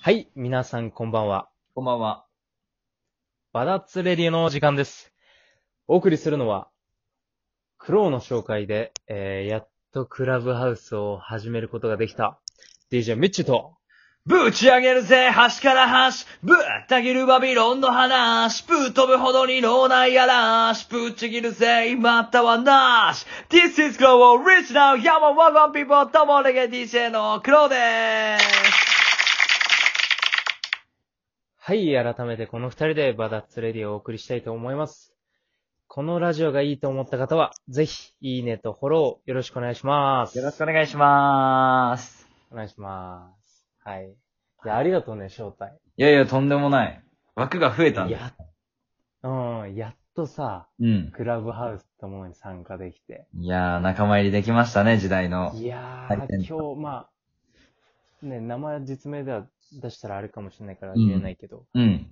はい、皆さんこんばんは。こんばんは。バダッツレディの時間です。お送りするのは、クローの紹介で、えー、やっとクラブハウスを始めることができた、DJ ミッチーと、ぶち上げるぜ、端から端。ぶった切るバビロンの話。ぶっ飛ぶほどに脳内嵐。ぶっちぎるぜ、またはなし。This is Global Rich Now, Yama One One People, どうもレゲエ DJ のクローでーす。はい、改めてこの二人でバダッツレディをお送りしたいと思います。このラジオがいいと思った方は、ぜひ、いいねとフォローよろしくお願いします。よろしくお願いしまーす。お願いします。はい。いや、ありがとうね、招待。いやいや、とんでもない。枠が増えたんだ。や、うん、やっとさ、うん。クラブハウスともに参加できて。いやー、仲間入りできましたね、時代の。いやはーい、テント今日、まあ、ね、名前実名では出したらあれかもしれないから言えないけど、うん。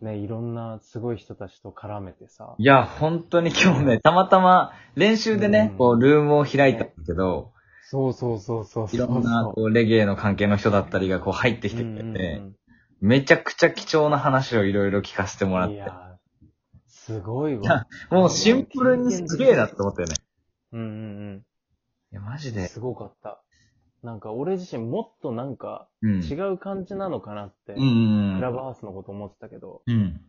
ね、いろんなすごい人たちと絡めてさ、いや、本当に今日ね、たまたま練習でね、うんこう、ルームを開いたんだけど、そうそうそうそうそう。いろんなこうレゲエの関係の人だったりがこう入ってきてくれうんうんて、うめちゃくちゃ貴重な話をいろいろ聞かせてもらっんいて、やー、すごいわ。もうシンプルにすげえなって思ったよね。うんうんいや、マジうん。で。すごかった。なんか俺自身もっとなんかうん。違う感じなのかなって、うんうクんうラん。ブハウスのこと思ってたけど、うん。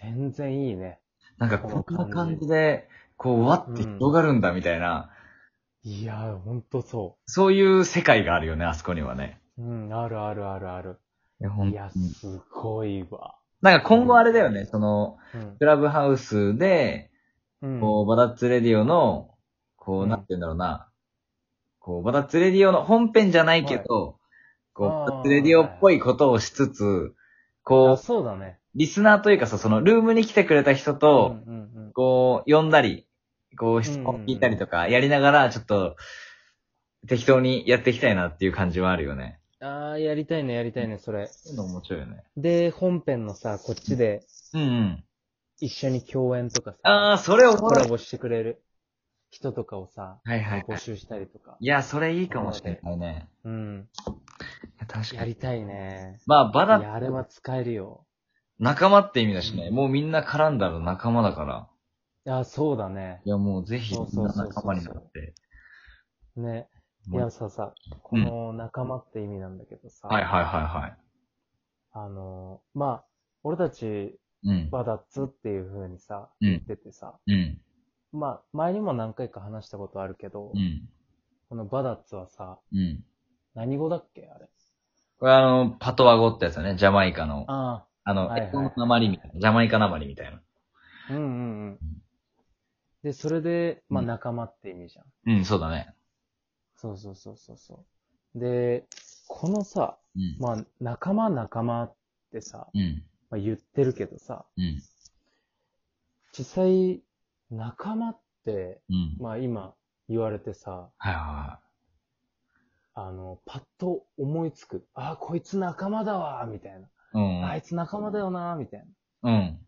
全然いいね。なんかこんな感じで、こう、わって広がるんだみたいな、いやー、ほんとそそういう世界があるよね、あそこにはね。う。うん、あるあるあるある。いや、ほんいや、すごいわ。なんか今後あれだよね、その、うんクラブハウスで、うんこう、バダッツレディオの、こうう、んなんて言うんだろうな。こう、バダッツレディオの本編じゃないけど、こう、あーバダッツレディオっぽいことをしつつ、あこう、そうだね。リスナーというかさ、その、ルームに来てくれた人と、うんうんうんこう、呼んだり、こう、質問聞いたりとか、やりながら、ちょっと、適当にやっていきたいなっていう感じはあるよね。ああ、やりたいね、やりたいね、それ。そういうの面白いよね。で、本編のさ、こっちでうんうん。一緒に共演とかあさ、あ、それおもコろラい。ボしてくれる人とかをさ、はいはいは募い。集したりとか。いや、それいいかもしれないね。うん。いや確やかに。りたいね。まあ、バいダや、あれは使えるよ。仲間って意味だしね、うんもうみんな絡んだら仲間だから。ああ、そうだねい。や、もうぜひ、そみうそんうそうそなう仲間になって。ね。いもうや、さ、さ、この仲間って意味なんだけどさ、はいはいはあの、まあ、俺たち、いはい。うん。バダッツっていう風にさ、うん言っててさ、うん。まあ、前にも何回か話したことあるけど、うん。このバダッツはさ、うん。何語だっけあれ。これあの、パトワ語ってやつだね。ジャマイカの。ああの、はいはい英語の鉛みたいな。ジャマイカ鉛みたいな。あ、うんうんうん。で、それで、まあうん仲間って意味じゃん。うん、そうだね。そうそうそうそうそう。で、このさ、うん。まあ仲間仲間ってさ、うん。まあ、言ってるけどさ、うん。実際、仲間って、うん。まあ今言われてさ、はいはあの、パッと思いつく。ああ、こいつ仲間だわーみたいな。いあはいつ仲間だよなーみたいな。い。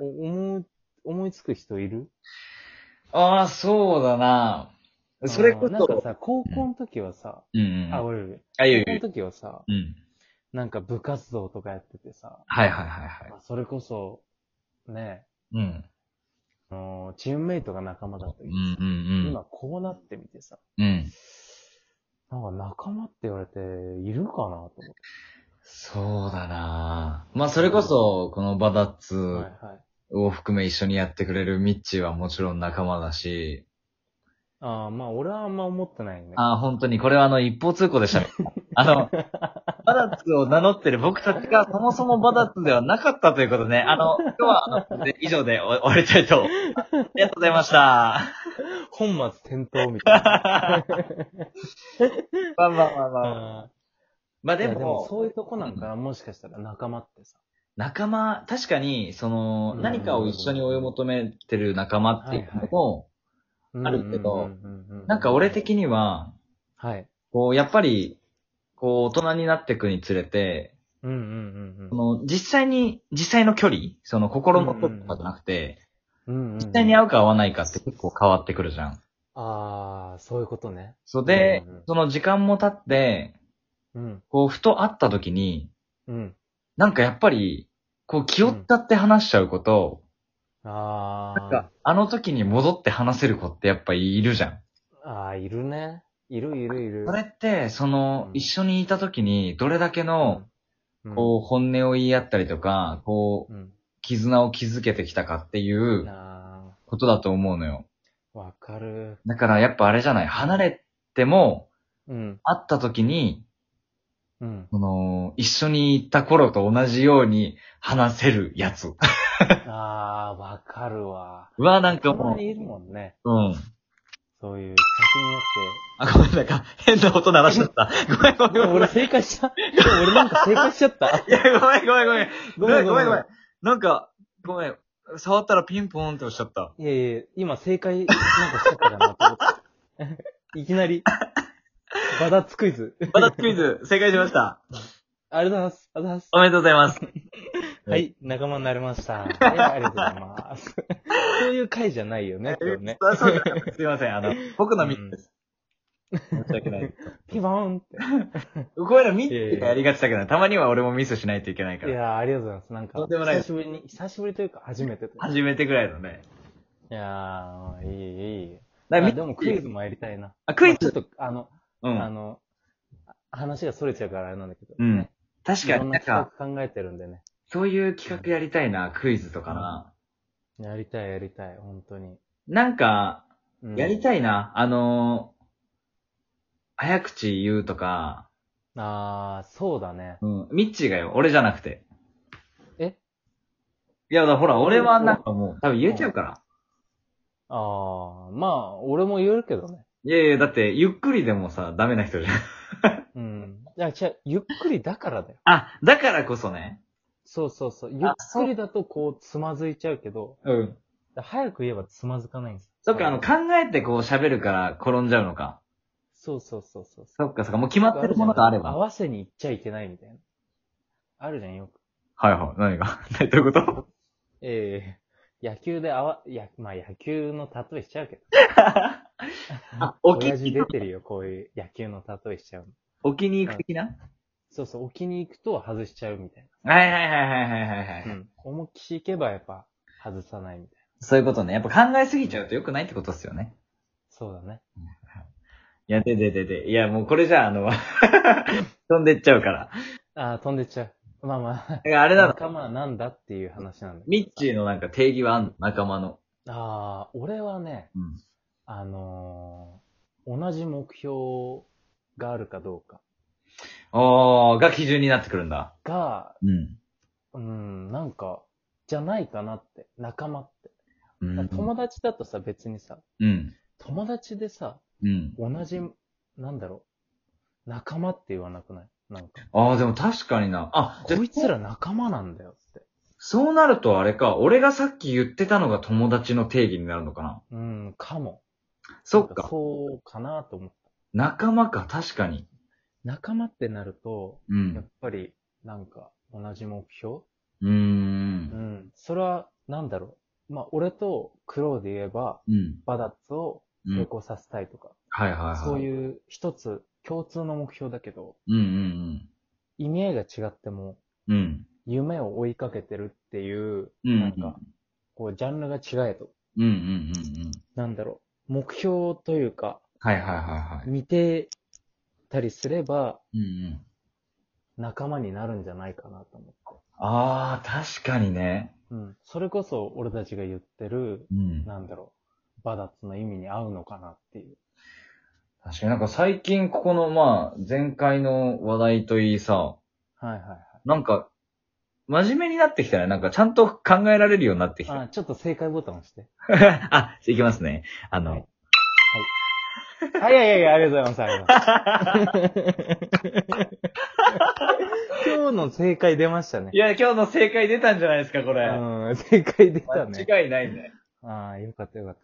うん。お思うん。う、思いつく人いるああ、そうだな。それこあーなんかそ、さ、高校の時はさ、うんうん。あ、俺、俺あ、いや高い校のやいや時はさ、うん。なんか部活動とかやっててさ、はいはいはいはいま。あ、それこそ、ね、うん。あのーチームメイトが仲間だったうけどんさ、うん今こうなってみてさ、うん。うん。なんか仲間って言われているかなと思って。そうだなまあ、それこそ、このバダッツ、はいはい。を含め一緒にやってくれるミッチーはもちろん仲間だし、ああ、まあ俺はあんま思ってないね。ああ、本当に、これはあの、一方通行でしたね。 あの、バダッツを名乗ってる僕たちがそもそもバダッツではなかったということね。あの、今日はあので以上で終わりたいと。ありがとうございました。本末転倒みたいな。まあまあまあまあ。あまーあいでやでもも、そういうとこなんかな、もしかしたら仲間ってさ。仲間、確かに、その、うん何かを一緒に追い求めてる仲間っていうのも、あるけどうんうんうんうんなんか俺、的には、はい。こう、やっぱり、こう、大人になっていくにつれて、うんうんうんうんそ。の、実際に、実際の距離その、心の距離とかじゃなくて、うんうん実際に会うか会わないかって結構変わってくるじゃん。ああ、そういうことね。そうでうんうん、その時間も経って、うん。こう、ふと会った時に、うん。なんかやっぱり、こう、気負っちゃって話しちゃう子と、あなんか、あの時に戻って話せる子ってやっぱいるじゃん。ー。あー、いるね。いるいるいる。それって、そのう、ん一緒にいた時に、どれだけの、うん、こう、本音を言い合ったりとか、こう、うん。絆を築けてきたかっていうん。うなことだと思うのよ。あ、わかる。だからやっぱあれじゃない、離れても、うん。会った時に、 うん。その、一緒に行った頃と同じように話せるやつ。あー、わかるわ。うわ、なんたかまもにいるもんね。う、うん。そういう、あ、ごめん、なんか、変な音鳴らしちゃった。ごめん、ご客によって。でめもん、ごめん。俺正解した。でも俺なんか正解しちゃ った。いや、 ごめん、ごめん、ごめん。ごめんごめんごめん、ごごめめん。なんか、ごめん。触ったらピンポーンっておっしちゃった。いやいや、今正解なんかしちゃったかなと思って。いきな り。バダツクイズ。バタックイ ズ、正解しました。ありがとうございます。ありがとうございます。おめでとうございます。は。い、仲間になれました。いやありがとうござい ます。そういう回じゃないよね、今日ね。あ そうかすいません、あの、僕のミスです。申し訳ない。ピボーンって。こういうのミスやりがちだけど、たまには俺もミスしないといけないかいら。やーありがとうございます。なんか、とんでもないで久しすぶりに、久しぶりというか初めてというか。初めてぐらいのね。いやーいい、いい。だからあでもクイズもやりたいな。あ、クイまあズちょっと、あの、うあん。の、話が逸れちゃうからあれなんだけど。うんね確いかろにんななんか企、画考えてるんでね。そういう企画やりたいな、クイズとかな。やりたい、やりたい、本当に。なんか、うんやりたいな、あのー、早口言うとか、あー、そうだね。うん、ミッチーがよ、俺じゃなくて。えいや、だからほら、俺はなんかもう、多分言えちゃうから。あー、まあ、俺も言えるけどね。いやいや、だって、ゆっくりでもさ、ダメな人じゃん。うん。いや、違う、ゆっくりだからだよ。あ、だからこそね。そうそうそう。ゆっくりだとこう、つまずいちゃうけど、うん。早く言えばつまずかないんですよ。そっか、あの、考えてこう喋るから転んじゃうのか。そうそうそうそう。そっか、そっか、もう決まってるものがあれば。合はいわせに行っちゃいけないみたいな。あるじゃん、よく。はい、何が 何どういうことええ野球であわ、いや、まあ野球の例えしちゃうけど。 あ、お気親父に出てるよ、こういう野球の例えしちゃうの。お気に行く的なそうそう、置きに行くと外しちゃうみたいはいはいはいはいはいはいはい。な。うん。思いっきり行けばやっぱ外さないみたいな。そういうことね。やっぱ考えすぎちゃうと良くないってことっすよね。そうだね。いや、でででで。いや、もうこれじゃあ、あの、 飛んでっちゃうから。ああ、飛んでっちゃう。まあまあ。だからあれなの。仲間はなんだっていう話なんだけど。ミッチーのなんか定義はあんの仲間の。ああ、俺はね、うん。あのー同じ目標があるかどうかおー、が基準になってくるんだ。が、ううん。ん、なんか、じゃないかなって、仲間って。うだんから。友達だとさ、別にさ、うん。友達でさ、うん。同じ、なんだろう、仲間って言わなくないなんか、あー、でも確かにな。あ、じゃあこいつら仲間なんだよって。そうなるとあれか、俺がさっき言ってたのが友達の定義になるのかな。うん、かも。そっなんかか。そうかなと思った。仲間か、確かに。仲間ってなると、うやんっ。ぱり、なんか、同じ目標うー。うんん。それは、なんだろう。まあ、俺と苦労で言えば、うん。バダッツをう成ん。功させたいとか、はいはいはい。そうう。いう一つ共通の目標だけど、うんうん意味合いが違っても、うん。うん。夢を追いかけてるっていう、うんなんか、こう、ジャンルが違えと、うんうんうんうん。なんだろう、目標というか、はいはいはいはい。見てたりすれば、うんうん。仲間になるんじゃないかなと思って。ああ、確かにね。うん。それこそ、俺たちが言ってる、うん。なんだろう、バダッツの意味に合うのかなっていう。確かになんか最近ここのまあ、前回の話題といいさ、はいはいはい。なんか、真面目になってきたね。なんかちゃんと考えられるようになってきた。あ、ちょっと正解ボタン押して。 あ、いきますね。あはのい、はい、いやいやいや、ありがとうございます。ありがとうござい ます。今日の正解出ましたねい。や、今日の正解出たんじゃないですか、これ。うん、正解出たね。間違いないね。ああ、よかったよか っ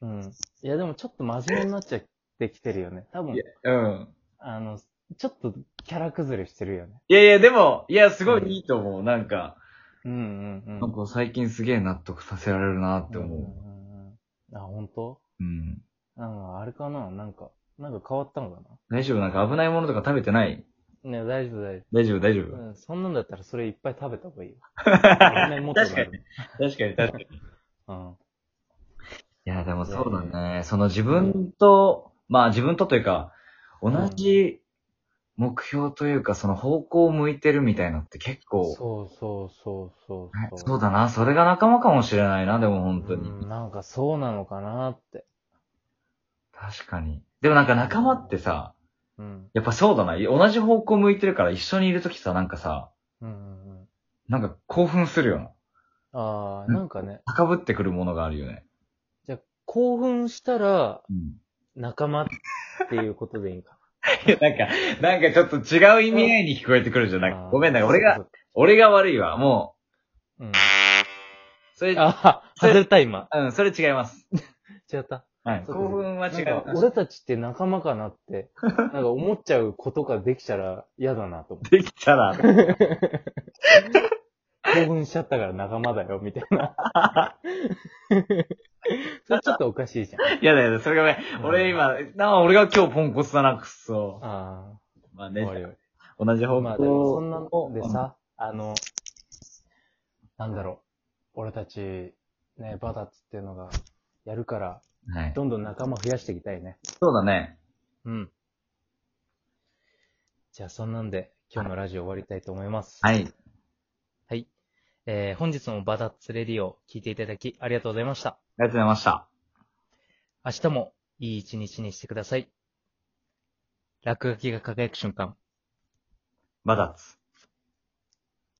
た。うん。いや、でもちょっと真面目になっちゃってきてるよね。多分い、やうん。あの、ちょっとキャラ崩れしてるよね。いやいや、でも、いや、すごいいいと思う。なんか、うんうんなんか最近すげえ納得させられるなってうん。思うんうんうんあ、本当う。うん。あの、あれかななんか、なんか変わったのか大丈夫なんか危ないものとか食べてないなね、大丈夫、大丈大丈夫、大丈夫。夫。うん、そんなんだったらそれいっぱい食べた方がいいよ。 確かに。確かに、確かに。いうん。や、でもそうだね。その自分と、まあ自分とというか、同じ目標というか、その方向を向いてるみたいなって結構、そうそうそうそうねそう。そうだな。それが仲間かもしれないな、でも本当に。うんなんかそうなのかなって。確かに。でもなんか仲間ってさ、うん。やっぱそうだな。同じ方向向いてるから一緒にいるときさ、なんかさ、うんうんうん。なんか興奮するよな。ああ、なんかね、高ぶってくるものがあるよね。じゃあ興奮したらうん。仲間っていうことでいいんかいや、 なんか、なんかちょっと違う意味合いに聞こえてくるじゃん。な。 なんあかーごめん、なんか俺。そが、っか俺が悪いわ。もそっかう、それうん。、あ、外れた今。うん、それ違います。違った。はい。そう興奮は違なんかう。俺たちって仲間かなって、なんか思っちゃうことができたら嫌だなと思できた ら、って。興奮しちゃったから仲間だよ、みたいな。 それちょっとおかしいじゃん。やだやだ、それがごめん。俺今、なんか俺が今日ポンコツだな、くそ。あまああ、ね、おいおい。同じ方向まあでもそんなのでさ、あの、なんだろう、俺たち、ね、バタッツっていうのが、やるから、はい。どんどん仲間増やしていきたいね。そうだね。うん。じゃあそんなんで、今日のラジオ終わりたいと思います。。はいい。はい。えー、本日もバタッツレディを聞いていただき、ありがとうございました。ありがとうございました。明日もいい一日にしてください。落書きが輝く瞬間。まだつ。